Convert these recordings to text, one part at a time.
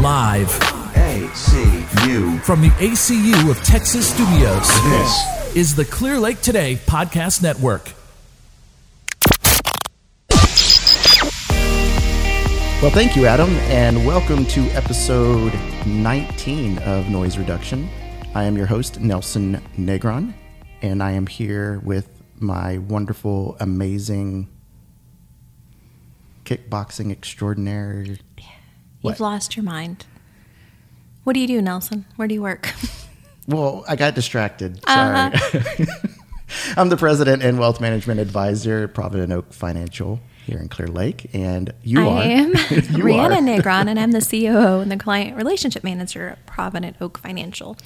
Live ACU. from the ACU of Texas Studios This is the Clear Lake Today Podcast Network. Well, thank you, Adam, and welcome to episode 19 of Noise Reduction. I am your host, Nelson Negron, and I am here with my wonderful, amazing kickboxing extraordinaire. What? You've lost your mind. What do you do, Nelson? Where do you work? Well, I got distracted. Sorry. Uh-huh. I'm the president and wealth management advisor at Provident Oak Financial here in Clear Lake, and you are. I am you Rihanna are. Negron, and I'm the COO and the client relationship manager at Provident Oak Financial.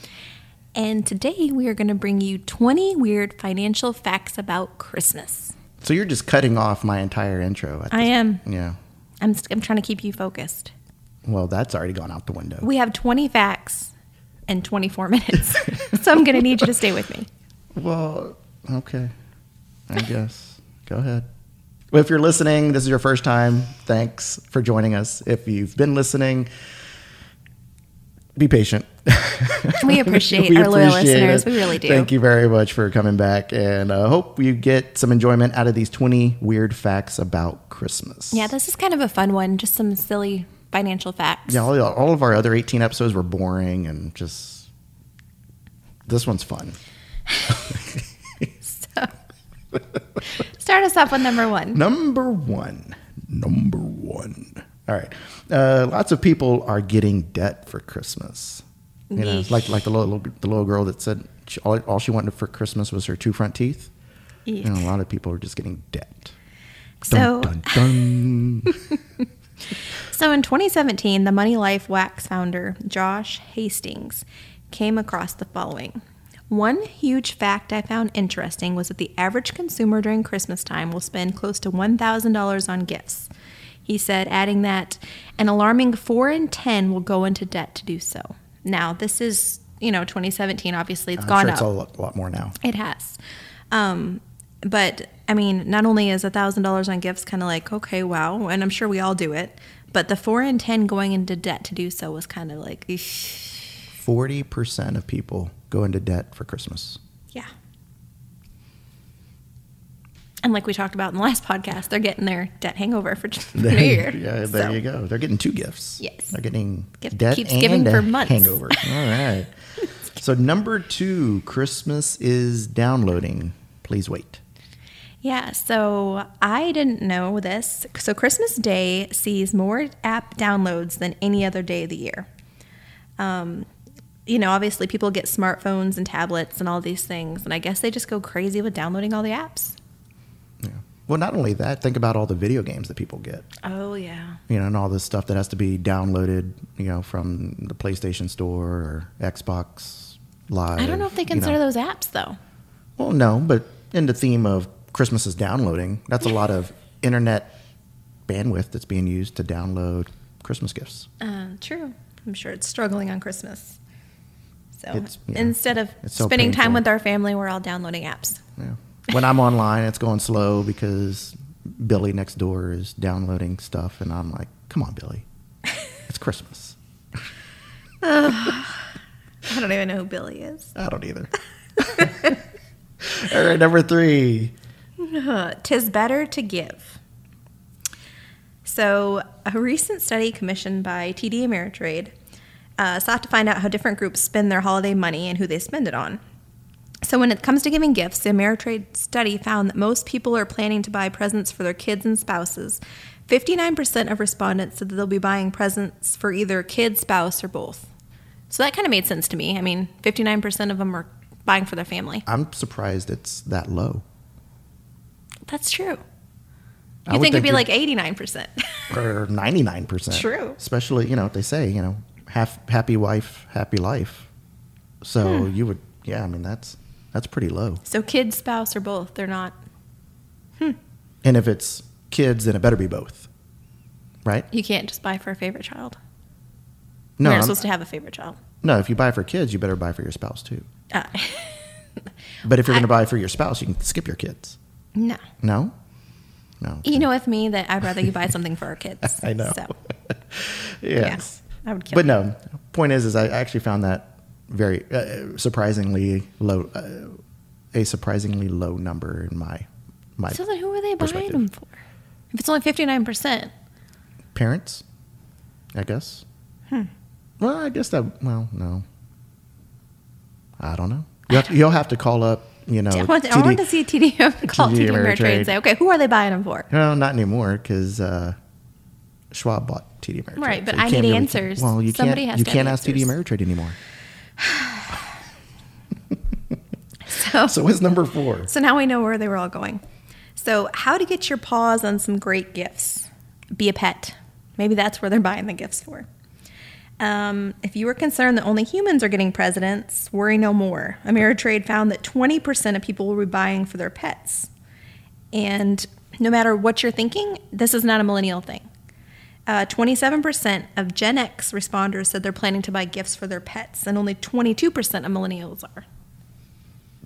And today we are going to bring you 20 weird financial facts about Christmas. So you're just cutting off my entire intro. At I this- am. Yeah. I'm, I'm trying to keep you focused. Well, that's already gone out the window. We have 20 facts in 24 minutes, so I'm going to need you to stay with me. Well, okay. I guess. Go ahead. Well, if you're listening, this is your first time. Thanks for joining us. If you've been listening, be patient. We appreciate We our loyal appreciate listeners. it. We really do. Thank you very much for coming back, and I hope you get some enjoyment out of these 20 weird facts about Christmas. Yeah, this is kind of a fun one, just some silly financial facts. Yeah, all, all of our other 18 episodes were boring and just. This one's fun. Start us off with number one. Number one. Number one. All right. Uh, lots of people are getting debt for Christmas. You know, it's like like the little the little girl that said she, all, all she wanted for Christmas was her two front teeth. Yeah. And a lot of people are just getting debt. So, Dun, dun. so in 2017, the Money Life Wax founder Josh Hastings came across the following. One huge fact I found interesting was that the average consumer during Christmas time will spend close to $1,000 on gifts. He said, adding that an alarming 4 in 10 will go into debt to do so. Now, this is, you know, 2017, obviously, it's I'm gone sure up. it's a lot, lot more now. It has. Um, but I mean, not only is a thousand dollars on gifts kind of like okay, wow, and I'm sure we all do it, but the four and ten going into debt to do so was kind of like, eesh. Forty percent of people go into debt for Christmas. yeah. And like we talked about in the last podcast, they're getting their debt hangover for New Year. yeah, there So, you go. They're getting two gifts. Yes. They're getting Gift debt keeps and giving a for months. hangover. All right. so number two, Christmas is downloading. Please wait. Yeah, so I didn't know this. So Christmas Day sees more app downloads than any other day of the year. Um, you know, obviously people get smartphones and tablets and all these things, and I guess they just go crazy with downloading all the apps. Yeah. Well, not only that, think about all the video games that people get, Oh yeah. you know, and all this stuff that has to be downloaded, you know, from the PlayStation Store or Xbox Live. I don't know if they you consider those apps though. Well, no, but in the theme of Christmas is downloading, that's a lot of internet bandwidth that's being used to download Christmas gifts. Uh, true. I'm sure it's struggling on Christmas. So It's- yeah. instead of It's so spending time painful. with our family, we're all downloading apps. Yeah. When I'm online, it's going slow because Billy next door is downloading stuff, and I'm like, "Come on, Billy, it's Christmas." I don't even know who Billy is. I don't either. All right, number three. Uh, Tis better to give. So, a recent study commissioned by TD Ameritrade uh, sought to find out how different groups spend their holiday money and who they spend it on. So, when it comes to giving gifts, the Ameritrade study found that most people are planning to buy presents for their kids and spouses. 59% of respondents said that they'll be buying presents for either kid, spouse, or both. So, that kind of made sense to me. I mean, 59% of them are buying for their family. I'm surprised it's that low. That's true. I You would think, it'd be like think 89%. or 99 percent. True. Especially, you know, they say, you know, half happy wife, happy life. So Hmm. you would, yeah. I mean, that's that's pretty low. so kid, spouse, or both, they're not. And if it's kids, then it better be both, right? You can't just buy for a favorite child. No, You're I'm- not supposed to have a favorite child. no. If you buy for kids, you better buy for your spouse too. Uh, But if you're I- going to buy for your spouse, you can skip your kids. no. No, no. You know with me that I'd rather you buy something for our kids. I know. So, Yes. I would kill. But no, point is, is I actually found that very uh, surprisingly low, uh, a surprisingly low number in my my So then, who were they buying Perspective. them for? If it's only fifty nine percent, parents, I guess. Hmm. Well, I guess that. Well, no, I don't know. You have, you'll have to call up. You know, I want, I TD want to see TD call TD TD, Ameritrade Ameritrade. and say, okay, who are they buying them for? Well, not anymore because uh, Schwab bought TD Ameritrade. Right, but you I can't need really- answers. well, you Somebody can't. has you to have can't ask TD answers. Ameritrade anymore. So, So what's number four? So now we know where they were all going. So, how to get your paws on some great gifts? Be a pet. Maybe that's where they're buying the gifts for. Um, if you were concerned that only humans are getting presidents, worry no more. Ameritrade found that 20% of people will be buying for their pets. And no matter what you're thinking, this is not a millennial thing. Uh, 27% of Gen X responders said they're planning to buy gifts for their pets, and only 22% of millennials are.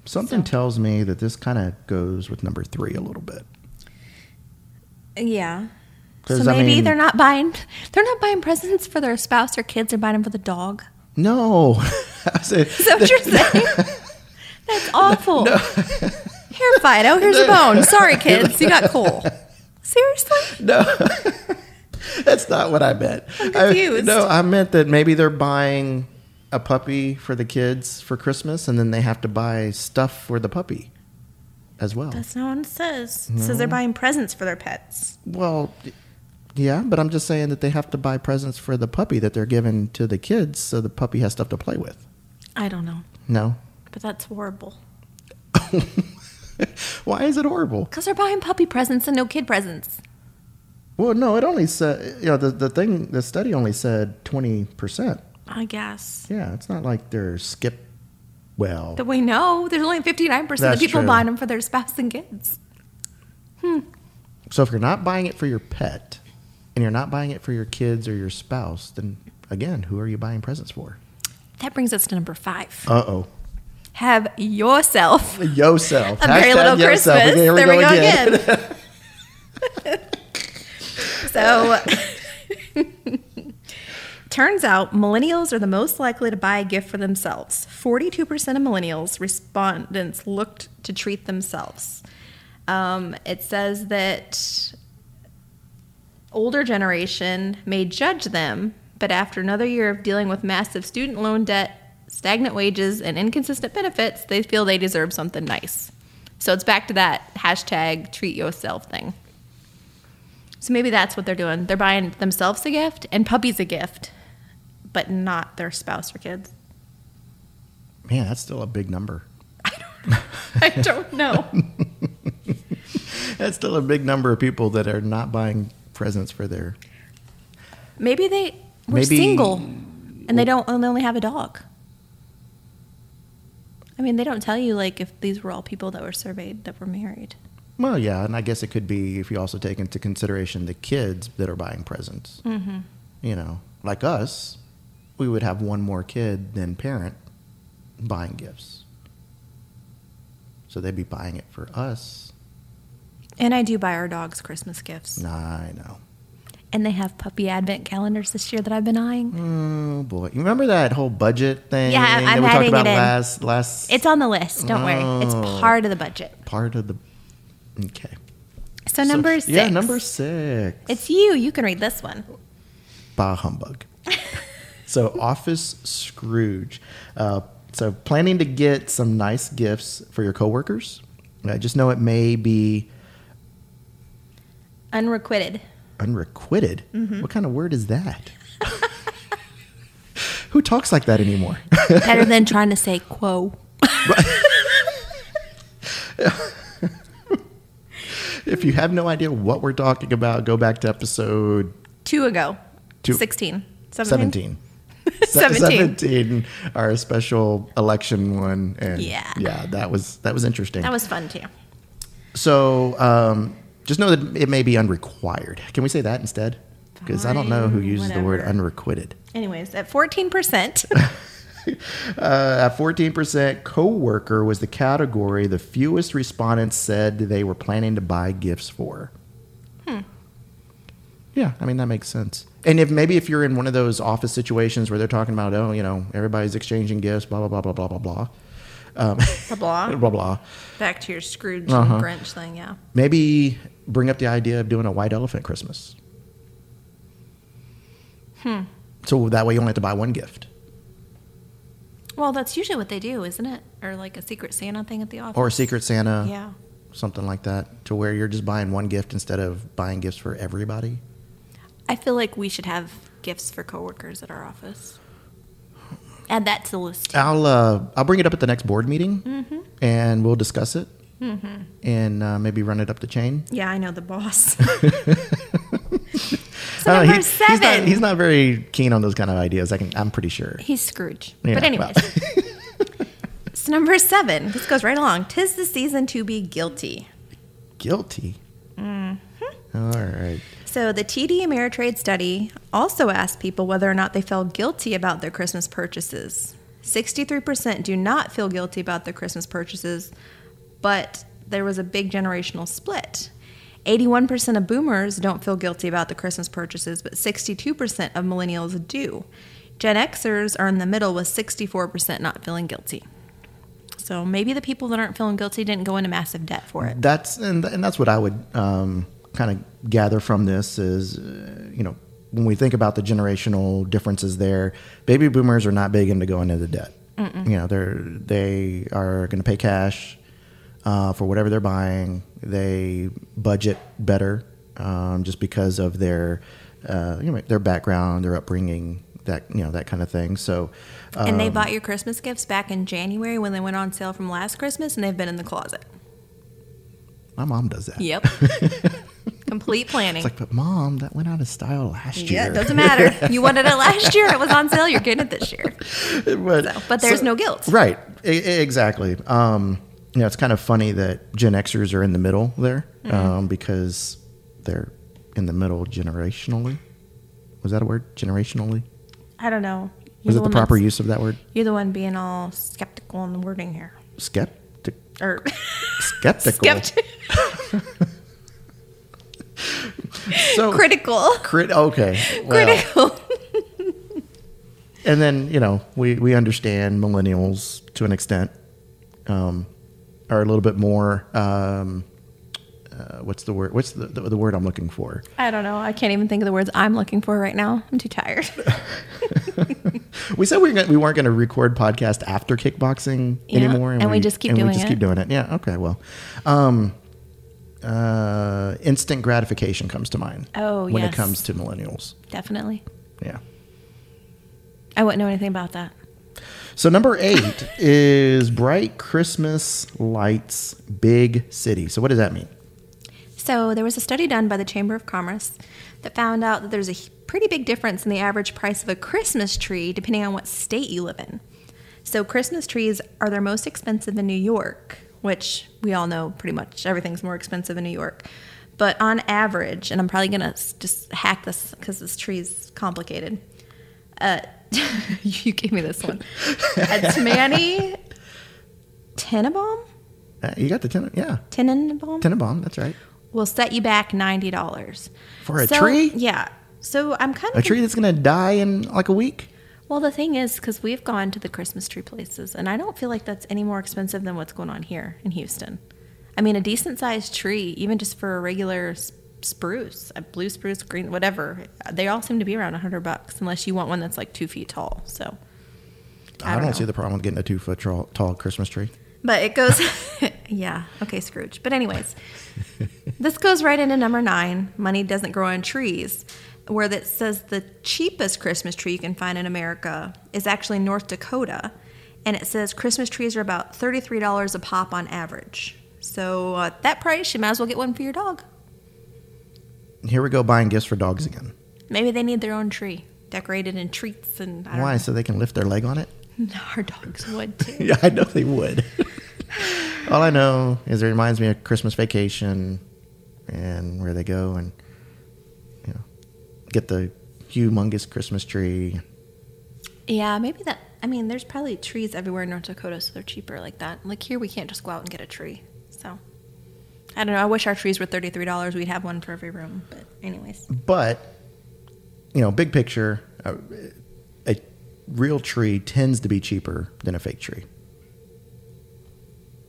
Something tells me that this kind of goes with number three a little bit. Yeah. 'Cause, So I maybe mean- they're not buying they're not buying presents for their spouse or kids. They're buying them for the dog. No, I said, Is that what you're saying? That's awful. Here, Fido. Here's a bone. Sorry, kids. You got coal. Seriously? that's not what I meant. I- confused. no, I meant that maybe they're buying a puppy for the kids for Christmas, and then they have to buy stuff for the puppy as well. That's not what it says. It says they're buying presents for their pets. Well, yeah, but I'm just saying that they have to buy presents for the puppy that they're giving to the kids, so the puppy has stuff to play with. I don't know, No, but that's horrible. why is it horrible? Because they're buying puppy presents and no kid presents. Well, no, it only said you know the the thing the study only said twenty percent. I guess. Yeah, it's not like they're skip. Well, That we know there's only 59% That's of people true. buying them for their spouse and kids. so if you're not buying it for your pet, and you're not buying it for your kids or your spouse, then again, who are you buying presents for? That brings us to number five. Uh oh, Have yourself yourself. A Merry Hashtag Little yourself. Christmas. Okay, here there we go again. so, turns out millennials are the most likely to buy a gift for themselves. 42% of millennials respondents looked to treat themselves. Um, it says that older generation may judge them, but after another year of dealing with massive student loan debt, stagnant wages, and inconsistent benefits, they feel they deserve something nice. So it's back to that hashtag treat yourself thing. So maybe that's what they're doing. They're buying themselves a gift and puppies a gift, but not their spouse or kids. Man, that's still a big number. I don't know. That's still a big number of people that are not buying presents for their. Maybe they were Maybe- single and they don't and they only have a dog. I mean, they don't tell you like if these were all people that were surveyed that were married. Well, yeah, and I guess it could be if you also take into consideration the kids that are buying presents. Mm-hmm. You know, like us, we would have one more kid than parent buying gifts. So they'd be buying it for us. And I do buy our dogs Christmas gifts. Nah, I know. And they have puppy advent calendars this year that I've been eyeing. Oh boy, you remember that whole budget thing Yeah, I'm- that I'm we adding talked about it in. last last It's on the list, don't worry. It's Oh. part of the budget. part of the? Okay. So number so, six. Yeah, number six. It's you. You can read this one. bah humbug. so Office Scrooge. Uh, so planning to get some nice gifts for your coworkers. I just know it may be Unrequited. unrequited. Mm-hmm. What kind of word is that? Who talks like that anymore? Better than trying to say quo. if you have no idea what we're talking about, go back to episode Two ago. Two- 16. 17. 17. Se- 17. 17, our special election one, and Yeah. yeah, that was that was interesting. That was fun too. So um, just know that it may be unrequired. Can we say that instead? Because I don't know who Fine, uses the word whatever. unrequited. Anyways, at 14%. Uh, At 14%, coworker was the category the fewest Hmm. respondents said they were planning to buy gifts for. Yeah, I mean that makes sense. And if maybe if you're in one of those office situations where they're talking about, oh, you know, everybody's exchanging gifts, blah blah blah blah blah blah blah, Blah, blah. blah blah. Back to your Scrooge Uh-huh. and Grinch thing, yeah. Maybe bring up the idea of doing a white elephant Christmas. Hmm. So that way you only have to buy one gift Well, that's usually what they do, isn't it? Or like a Secret Santa thing at the office. or a Secret Santa, Yeah. something like that, to where you're just buying one gift instead of buying gifts for everybody. I feel like we should have gifts for coworkers at our office. Add that to the list. too. I'll uh, I'll bring it up at the next board meeting, Mm-hmm. and we'll discuss it, and uh, maybe run it up the chain. yeah, I know the boss. so I don't know, number Oh, he- seven. He's not, he's not very keen on those kind of ideas. I can, I'm pretty sure. He's Scrooge. Yeah, but anyways. so number seven. This goes right along. Tis the season to be guilty. Guilty. Mm-hmm. All right. So the TD Ameritrade study also asked people whether or not they felt guilty about their Christmas purchases. 63% do not feel guilty about their Christmas purchases, but there was a big generational split. 81% of boomers don't feel guilty about the Christmas purchases, but 62% of millennials do. Gen Xers are in the middle with 64% not feeling guilty. So maybe the people that aren't feeling guilty didn't go into massive debt for it. That's and, and that's what I would um, kind of gather from this is, uh, you know, when we think about the generational differences there, baby boomers are not big into going into debt. You know, they're they are going to pay cash uh, for whatever they're buying. They budget better um, just because of their uh, you know their background, their upbringing, that you know that kind of thing. So. Uh, And they bought your Christmas gifts back in January when they went on sale from last Christmas, and they've been in the closet. my mom does that. Yep. Complete planning. It's like, but mom, that went out of style last yeah, year. it doesn't matter. You wanted it last year. It was on sale. You're getting it this year. but, So, but there's no guilt. Right. E- e- exactly. Um, you know, it's kind of funny that Gen Xers are in the middle there Mm-hmm. um, because they're in the middle generationally. Was that a word? Generationally? I don't know. You're Was it the one proper that's- use of that word? You're the one being all skeptical on the wording here. Skeptic. Or Skeptical. skeptical, So, critical, Crit- okay. Well, critical. and then you know we we understand millennials to an extent um, are a little bit more um, uh, what's the word what's the, the, the word I'm looking for I don't know. I can't even think of the words I'm looking for right now. I'm too tired. we said we, were gonna, we weren't going to record podcast after kickboxing Yeah, anymore and we just keep and we doing just keep it. doing it yeah okay well um, uh, instant gratification comes to mind Oh, when it yes. comes to millennials Definitely. yeah I wouldn't know anything about that. so number eight is bright Christmas lights big city so what does that mean So there was a study done by the Chamber of Commerce that found out that there's a h- pretty big difference in the average price of a Christmas tree depending on what state you live in. So Christmas trees are their most expensive in New York, which we all know pretty much everything's more expensive in New York. But on average, and I'm probably gonna s- just hack this because this tree's complicated. Uh, you gave me this one. A Tammany Tenenbaum, Uh, you got the ten yeah Tenenbaum, Tenenbaum, that's right. will set you back ninety dollars For a tree? Yeah. So I'm kind A of tree that's gonna die in like a week. well, the thing is, because we've gone to the Christmas tree places, and I don't feel like that's any more expensive than what's going on here in Houston. I mean, a decent sized tree, even just for a regular s- spruce, a blue spruce, green, whatever, they all seem to be around hundred bucks, unless you want one that's like two feet tall. So I I don't, don't see know. the problem with getting a two foot tall, tall Christmas tree. But it goes, yeah, okay, Scrooge. But, anyways, this goes right into number nine money doesn't grow on trees, where that says the cheapest Christmas tree you can find in America is actually North Dakota. And it says Christmas trees are about $33 a pop on average. So, at that price, you might as well get one for your dog. Here we go buying gifts for dogs again. Maybe they need their own tree decorated in treats and I don't Why? So they can lift their leg on it? know. Our dogs would too. Yeah, I know they would. All I know is it reminds me of Christmas vacation and where they go and you know get the humongous Christmas tree. yeah, maybe that. I mean, there's probably trees everywhere in North Dakota, so they're cheaper like that. Like here, we can't just go out and get a tree. So I don't know. I wish our trees were $33. We'd have one for every room. But, anyways, But you know, big picture, a, a real tree tends to be cheaper than a fake tree.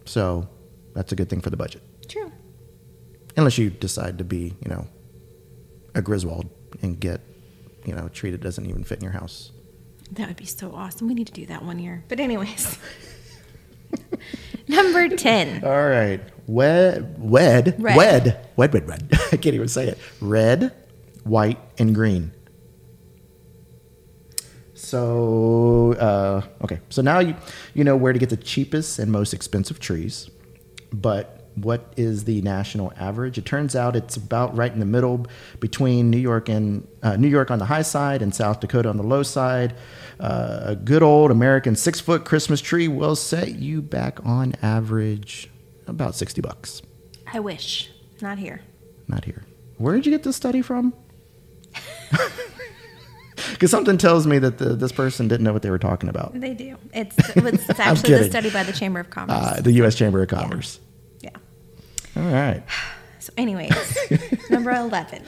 So that's a good thing for the budget, true. unless you decide to be, you know, a Griswold and get, you know, a tree that doesn't even fit in your house. That would be so awesome. We need to do that one year. But, anyways, number 10. All right, wed, wed, Red. wed, wed, wed, red. I can't even say it. Red, white, and green. So uh, okay, so now you you know where to get the cheapest and most expensive trees, but what is the national average? It turns out it's about right in the middle between New York and uh, New York on the high side and South Dakota on the low side. Uh, a good old American six foot Christmas tree will set you back on average about sixty bucks. I wish. Not here. Not here. Where did you get this study from? Because something tells me that the, this person didn't know what they were talking about. They do. It's, it's actually the kidding. study by the Chamber of Commerce. Uh, the U.S. Chamber of Commerce. yeah. All right. So, anyways, number 11.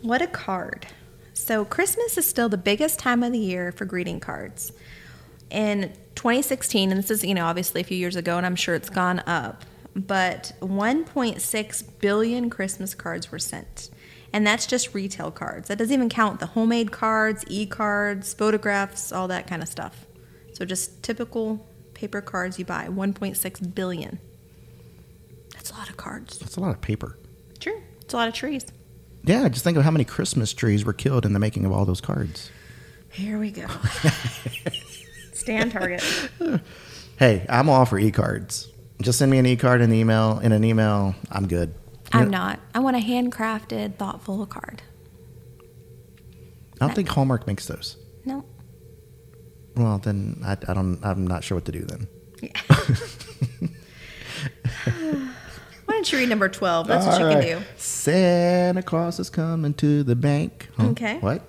What a card. So, Christmas is still the biggest time of the year for greeting cards. In 2016, and this is, you know, obviously a few years ago, and I'm sure it's gone up, but 1.6 billion Christmas cards were sent. And that's just retail cards. That doesn't even count the homemade cards, e cards, photographs, all that kind of stuff. So, just typical paper cards you buy 1.6 billion. That's a lot of cards. That's a lot of paper. True. It's a lot of trees. Yeah, just think of how many Christmas trees were killed in the making of all those cards. Here we go. Stand target. Hey, I'm all for e-cards. Just send me an e-card in the email. In an email, I'm good. I'm not. I want a handcrafted, thoughtful card. I don't think Hallmark makes those. No. Well, then I, I don't. I'm not sure what to do then. Yeah. Why don't you read number 12? That's what you can do. Santa Claus is coming to the bank. Huh? Okay. What?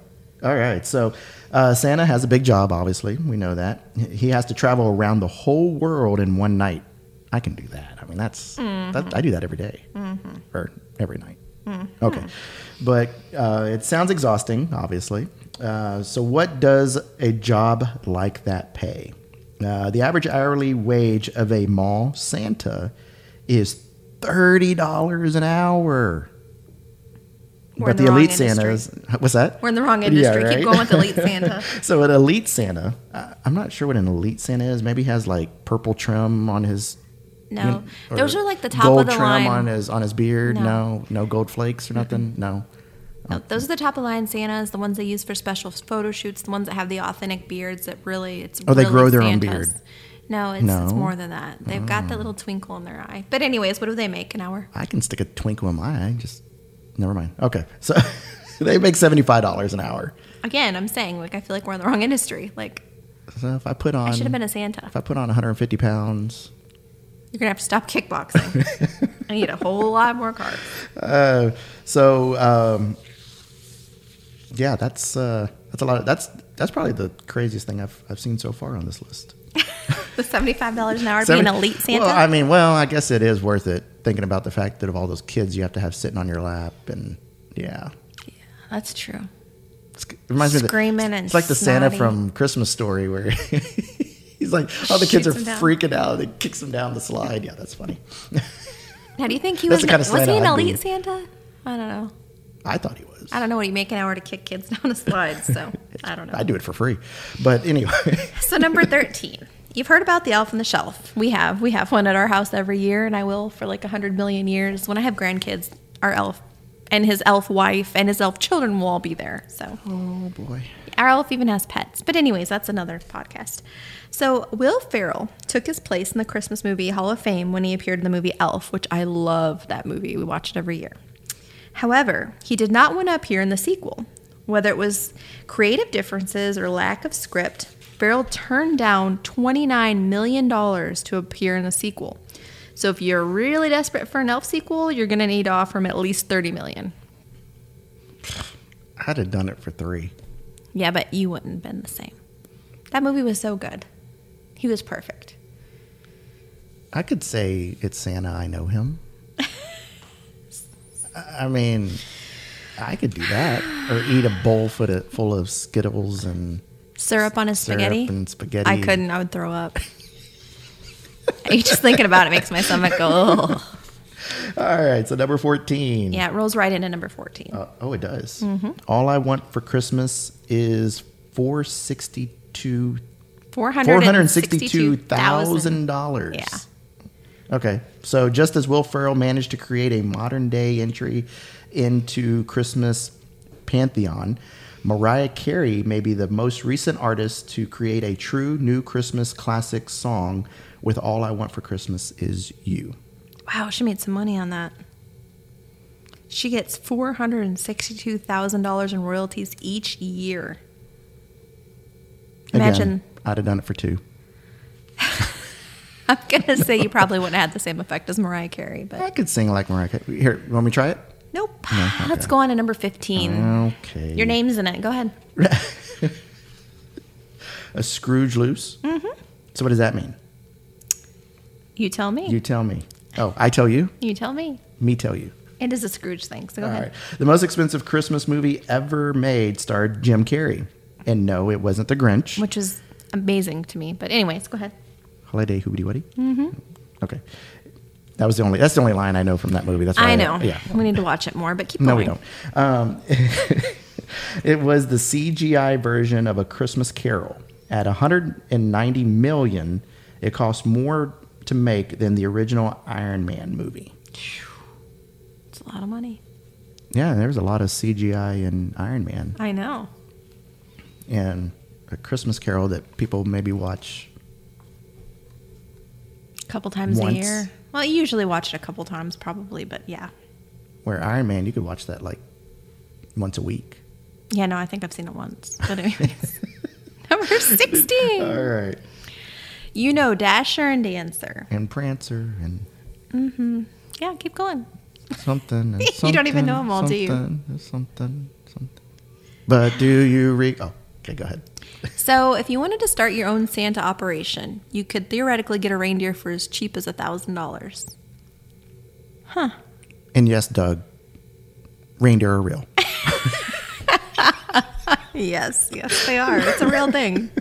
All right. So uh, Santa has a big job, obviously. We know that. He has to travel around the whole world in one night. I can do that. I mean, that's, Mm-hmm. that, I do that every day. or every night. Okay. But uh, it sounds exhausting, obviously. Uh, so, what does a job like that pay? Uh, the average hourly wage of a mall Santa is $30 an hour. We're but in the, the wrong elite industry. Santa's, what's that? We're in the wrong industry. Yeah, right? Keep going with Elite Santa. So an elite Santa, I- I'm not sure what an elite Santa is. Maybe he has like purple trim on his. No. you know, or Those are like the top gold of the trim line. on his on his beard. No. No, no, gold flakes or nothing. No. No, those are the top of the line Santas, the ones they use for special photo shoots, the ones that have the authentic beards that really it's Oh, they really grow their own Santas. beard. No, it's, it's No? Oh. more than that. They've got that little twinkle in their eye. But anyways, what do they make an hour? I can stick a twinkle in my eye. Just never mind. Okay, so they make seventy five dollars an hour. Again, I'm saying like I feel like we're in the wrong industry. Like So if I put on, I should have been a Santa. if I put on one hundred and fifty pounds. You're gonna have to stop kickboxing. I need a whole lot more carbs. Uh, so um, yeah, that's uh, that's a lot. Of, that's that's probably the craziest thing I've I've seen so far on this list. The seventy-five dollars an hour Seven- being elite Santa. Well, I mean, well, I guess it is worth it thinking about the fact that of all those kids you have to have sitting on your lap, and yeah, That's true. it's, it reminds me Screaming of the, and it's like the Santa snotty. from Christmas Story where he's like, all the kids Shoots are him down. freaking out, and he kicks them down the slide. Yeah, that's funny. Now, do you think he That's was the kind of was Santa he an I'd be. elite Santa? I don't know. I thought he was. I don't know what he make an hour to kick kids down a slide. So I don't know. I do it for free, but anyway. So number thirteen. You've heard about the elf on the shelf. We have. We have one at our house every year, and I will for like a hundred million years. When I have grandkids, our elf and his elf wife and his elf children will all be there. So oh boy. Our elf even has pets. But, anyways, that's another podcast. So, Will Ferrell took his place in the Christmas movie Hall of Fame when he appeared in the movie Elf, which I love that movie. We watch it every year. However, he did not want to appear in the sequel. Whether it was creative differences or lack of script, Ferrell turned down $29 million to appear in the sequel. So, if you're really desperate for an elf sequel, you're going to need to offer him at least $30 million. I'd have done it for three. Yeah, but you wouldn't have been the same. That movie was so good. He was perfect. I could say it's Santa. I know him. I mean, I could do that, or eat a bowl full of, full of Skittles and Syrup on his syrup spaghetti. and spaghetti. I couldn't. I would throw up. You just thinking about it makes my stomach go. Ugh. All right, so number fourteen. Yeah, it rolls right into number fourteen. Uh, oh, it does. Mm-hmm. All I want for Christmas is four sixty two four Four hundred hundred and sixty-two sixty-two thousand thousand. dollars. Yeah. Okay, so just as Will Ferrell managed to create a modern day entry into Christmas pantheon, Mariah Carey may be the most recent artist to create a true new Christmas classic song with "All I Want for Christmas Is You." Wow, she made some money on that. She gets four hundred and sixty-two thousand dollars in royalties each year. Again, Imagine. I'd have done it for two. I'm gonna say you probably wouldn't have had the same effect as Mariah Carey, but I could sing like Mariah. Carey. Here, want me to try it? nope. Ah, Let's go on to number fifteen. Okay. Your name's in it. Go ahead. A Scrooge loose. Mm-hmm. So what does that mean? You tell me. You tell me. Oh, I tell you. You tell me. Me tell you. It is a Scrooge thing, so go All ahead. right. The most expensive Christmas movie ever made starred Jim Carrey. And no, it wasn't The Grinch. Which is amazing to me. But anyways, go ahead. Holiday Hoobity Woody. Mm-hmm. Okay. That was the only. That's the only line I know from that movie. That's why I know. Yeah. We need to watch it more, but keep No, we going. don't. Um, it was the CGI version of A Christmas Carol. At 190 million, it cost more to make than the original Iron Man movie. It's a lot of money. Yeah, there was a lot of CGI in Iron Man. I know. and a Christmas Carol that people maybe watch. A couple times Once. a year. Well, you usually watch it a couple times probably, but yeah. Where Iron Man, you could watch that like once a week. Yeah, no, I think I've seen it once. But anyways. Number sixteen. All right, You know Dasher and Dancer. and Prancer and Yeah, keep going. something. And You don't even know something, 'em all, do you? Something, and something, something. But do you re? Oh, okay, go ahead. So, if you wanted to start your own Santa operation, you could theoretically get a reindeer for as cheap as $1,000. And yes, Doug, reindeer are real. Yes, yes, they are. It's a real thing.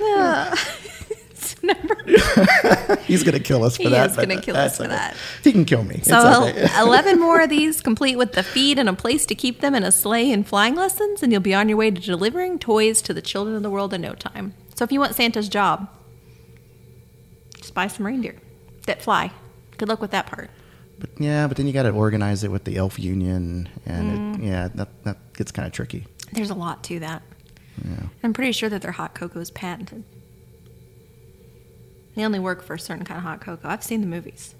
Yeah. It's number- He's gonna kill us for He that. is but gonna kill that's us for okay. that. He can kill me. so, it's okay. 11 more of these, complete with the feed and a place to keep them, and a sleigh and flying lessons, and you'll be on your way to delivering toys to the children of the world in no time. So, if you want Santa's job, just buy some reindeer that fly. Good luck with that part. But yeah, but then you got to organize it with the elf union, and it, Mm. yeah, that that gets kind of tricky. There's a lot to that. Yeah. I'm pretty sure that their hot cocoa is patented. They only work for a certain kind of hot cocoa. I've seen the movies.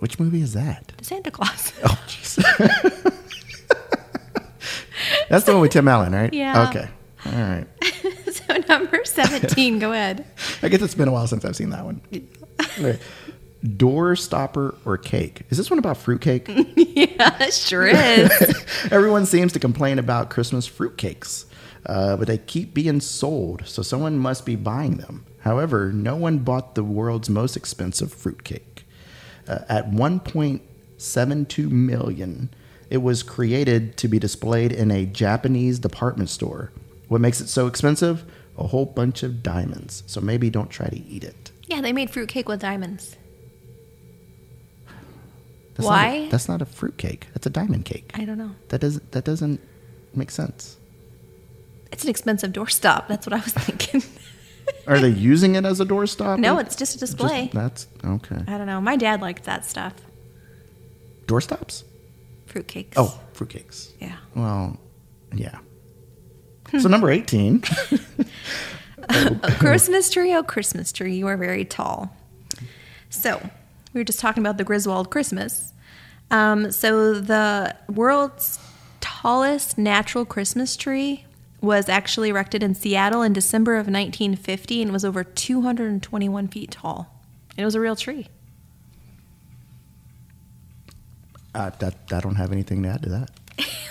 Which movie is that? The Santa Claus. Oh, jeez. That's the one with Tim Allen, right? Yeah. Okay. All right. so number 17, go ahead. I guess it's been a while since I've seen that one. Okay. Door stopper or cake? Is this one about fruitcake? yeah, it sure is. Everyone seems to complain about Christmas fruitcakes, uh, but they keep being sold, so someone must be buying them. However, no one bought the world's most expensive fruitcake. Uh, at 1.72 million, it was created to be displayed in a Japanese department store. What makes it so expensive? A whole bunch of diamonds. So maybe don't try to eat it. yeah, they made fruitcake with diamonds. That's not a- Why? that's not a fruitcake. That's a diamond cake. I don't know. That doesn't that doesn't make sense. It's an expensive doorstop. That's what I was thinking. Are they using it as a doorstop? no, Or- it's just a Just- display. that's okay. I don't know. My dad liked that stuff. Doorstops? Fruitcakes. Oh, fruitcakes. Yeah. Well, yeah. so number eighteen. Christmas tree, oh Christmas tree, you are very tall. So, we were just talking about the Griswold Christmas. Um, so, the world's tallest natural Christmas tree was actually erected in Seattle in December of 1950 and was over 221 feet tall. It was a real tree. Uh, that I don't have anything to add to that.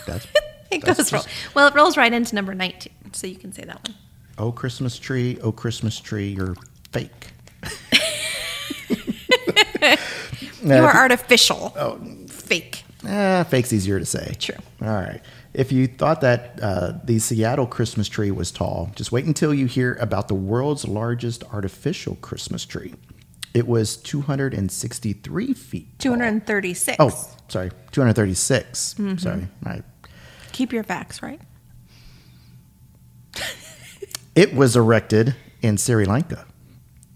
That's It That's goes roll. just- well, it rolls right into number 19, so you can say that one. oh Christmas tree, oh Christmas tree, you're fake. You are artificial. Oh, fake. Eh, fake's easier to say. True. All right. If you thought that uh, the Seattle Christmas tree was tall, just wait until you hear about the world's largest artificial Christmas tree. It was 263 feet. tall. 236. Oh, sorry. 236. Mm-hmm. Sorry. I, Keep your facts right. it was erected in Sri Lanka.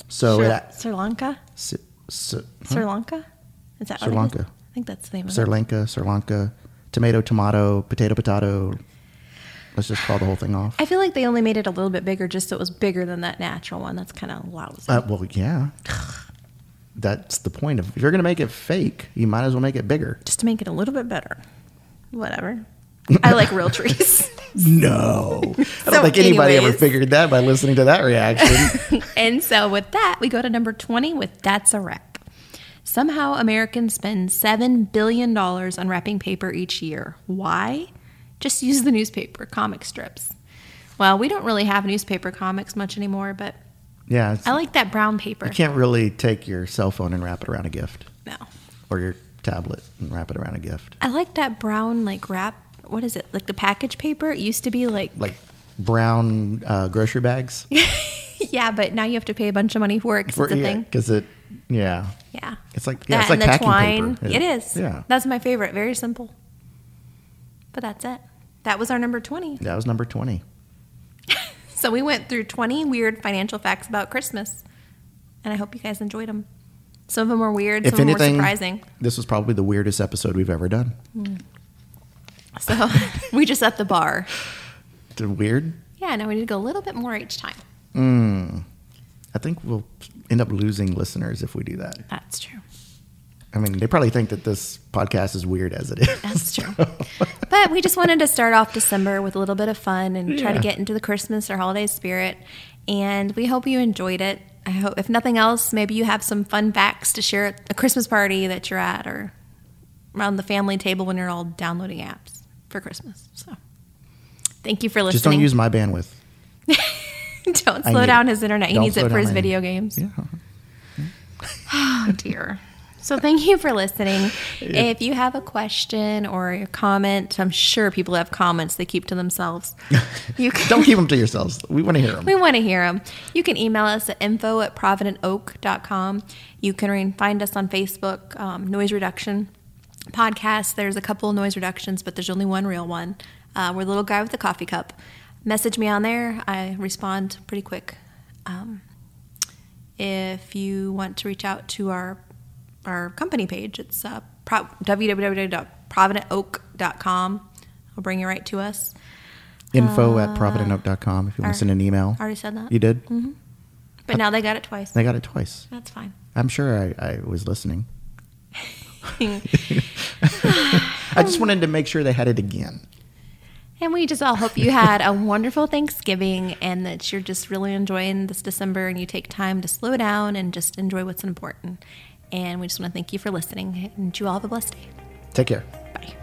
So Sri, it. Sri Lanka? Sri, Sri, Sri Lanka? Is that Sri what it is? Lanka. I think that's the name of Sri it. Lanka, Sri Lanka, tomato, tomato, potato, potato. Let's just call the whole thing off. I feel like they only made it a little bit bigger just so it was bigger than that natural one. That's kind of lousy. Uh, well, yeah. That's the point of if you're going to make it fake, you might as well make it bigger. just to make it a little bit better. Whatever. I like real trees. No. I don't So think anybody ever anyways. figured that by listening to that reaction. and so with that, we go to number 20 with That's a Wrap. Somehow Americans spend $7 billion on wrapping paper each year. Why? Just use the newspaper, comic strips. Well, we don't really have newspaper comics much anymore, but yeah. it's- I like that brown paper. you can't really take your cell phone and wrap it around a gift No. or your tablet and wrap it around a gift. I like that brown, like, wrap. What is it? Like the package paper? It used to be like, Like brown uh, grocery bags. yeah, but now you have to pay a bunch of money for it 'cause it's a thing. Because it, yeah. Yeah. It's like, yeah, That it's like and the packing twine. paper. It is. Yeah. That's my favorite. Very simple. But that's it. That was our number 20. That was number 20. So we went through 20 weird financial facts about Christmas. And I hope you guys enjoyed them. Some of them were weird, If some of them anything, were surprising. this was probably the weirdest episode we've ever done. So we just set the bar. It's weird. Yeah, now we need to go a little bit more each time. I think we'll end up losing listeners if we do that. That's true. I mean, they probably think that this podcast is weird as it is. That's true. but we just wanted to start off December with a little bit of fun and try to Yeah. get into the Christmas or holiday spirit. And we hope you enjoyed it. I hope, if nothing else, maybe you have some fun facts to share at a Christmas party that you're at or around the family table when you're all downloading apps for Christmas. So thank you for listening. Just don't use my bandwidth. Don't I slow need down it. his internet. He Don't needs slow it for down his my- video games. Yeah. Oh dear. So thank you for listening. If you have a question or a comment, I'm sure people have comments they keep to themselves. You can, Don't keep them to yourselves. We want to hear them. we want to hear them. You can email us at info at providentoak.com. You can re- find us on Facebook, um, Noise Reduction Podcast. There's a couple of noise reductions, but there's only one real one. Uh, we're the little guy with the coffee cup. Message me on there. I respond pretty quick. Um, if you want to reach out to our our company page, it's uh, pro- www.providentoak.com. I'll bring you right to us. Info at providentoak.com if you want to send an email. I already said that, You did? but now they got it twice. They got it twice. That's fine. I'm sure I, I was listening. I just wanted to make sure they had it again. And we just all hope you had a wonderful Thanksgiving and that you're just really enjoying this December and you take time to slow down and just enjoy what's important. And we just want to thank you for listening and you all have a blessed day. Take care. Bye.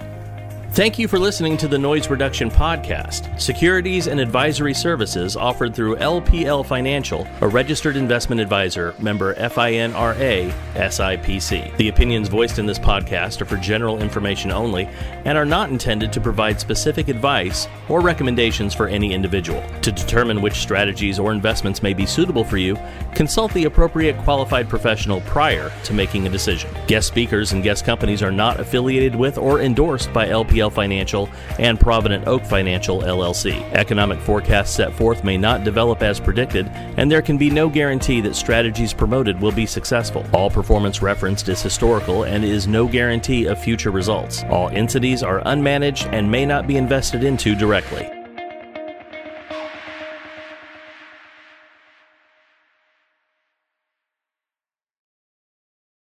Thank you for listening to the Noise Reduction Podcast. Securities and advisory services offered through LPL Financial, a registered investment advisor, member FINRA SIPC. The opinions voiced in this podcast are for general information only and are not intended to provide specific advice or recommendations for any individual. To determine which strategies or investments may be suitable for you, consult the appropriate qualified professional prior to making a decision. Guest speakers and guest companies are not affiliated with or endorsed by LPL Financial and Provident Oak Financial LLC. Economic forecasts set forth may not develop as predicted, and there can be no guarantee that strategies promoted will be successful. All performance referenced is historical and is no guarantee of future results. All entities are unmanaged and may not be invested into directly.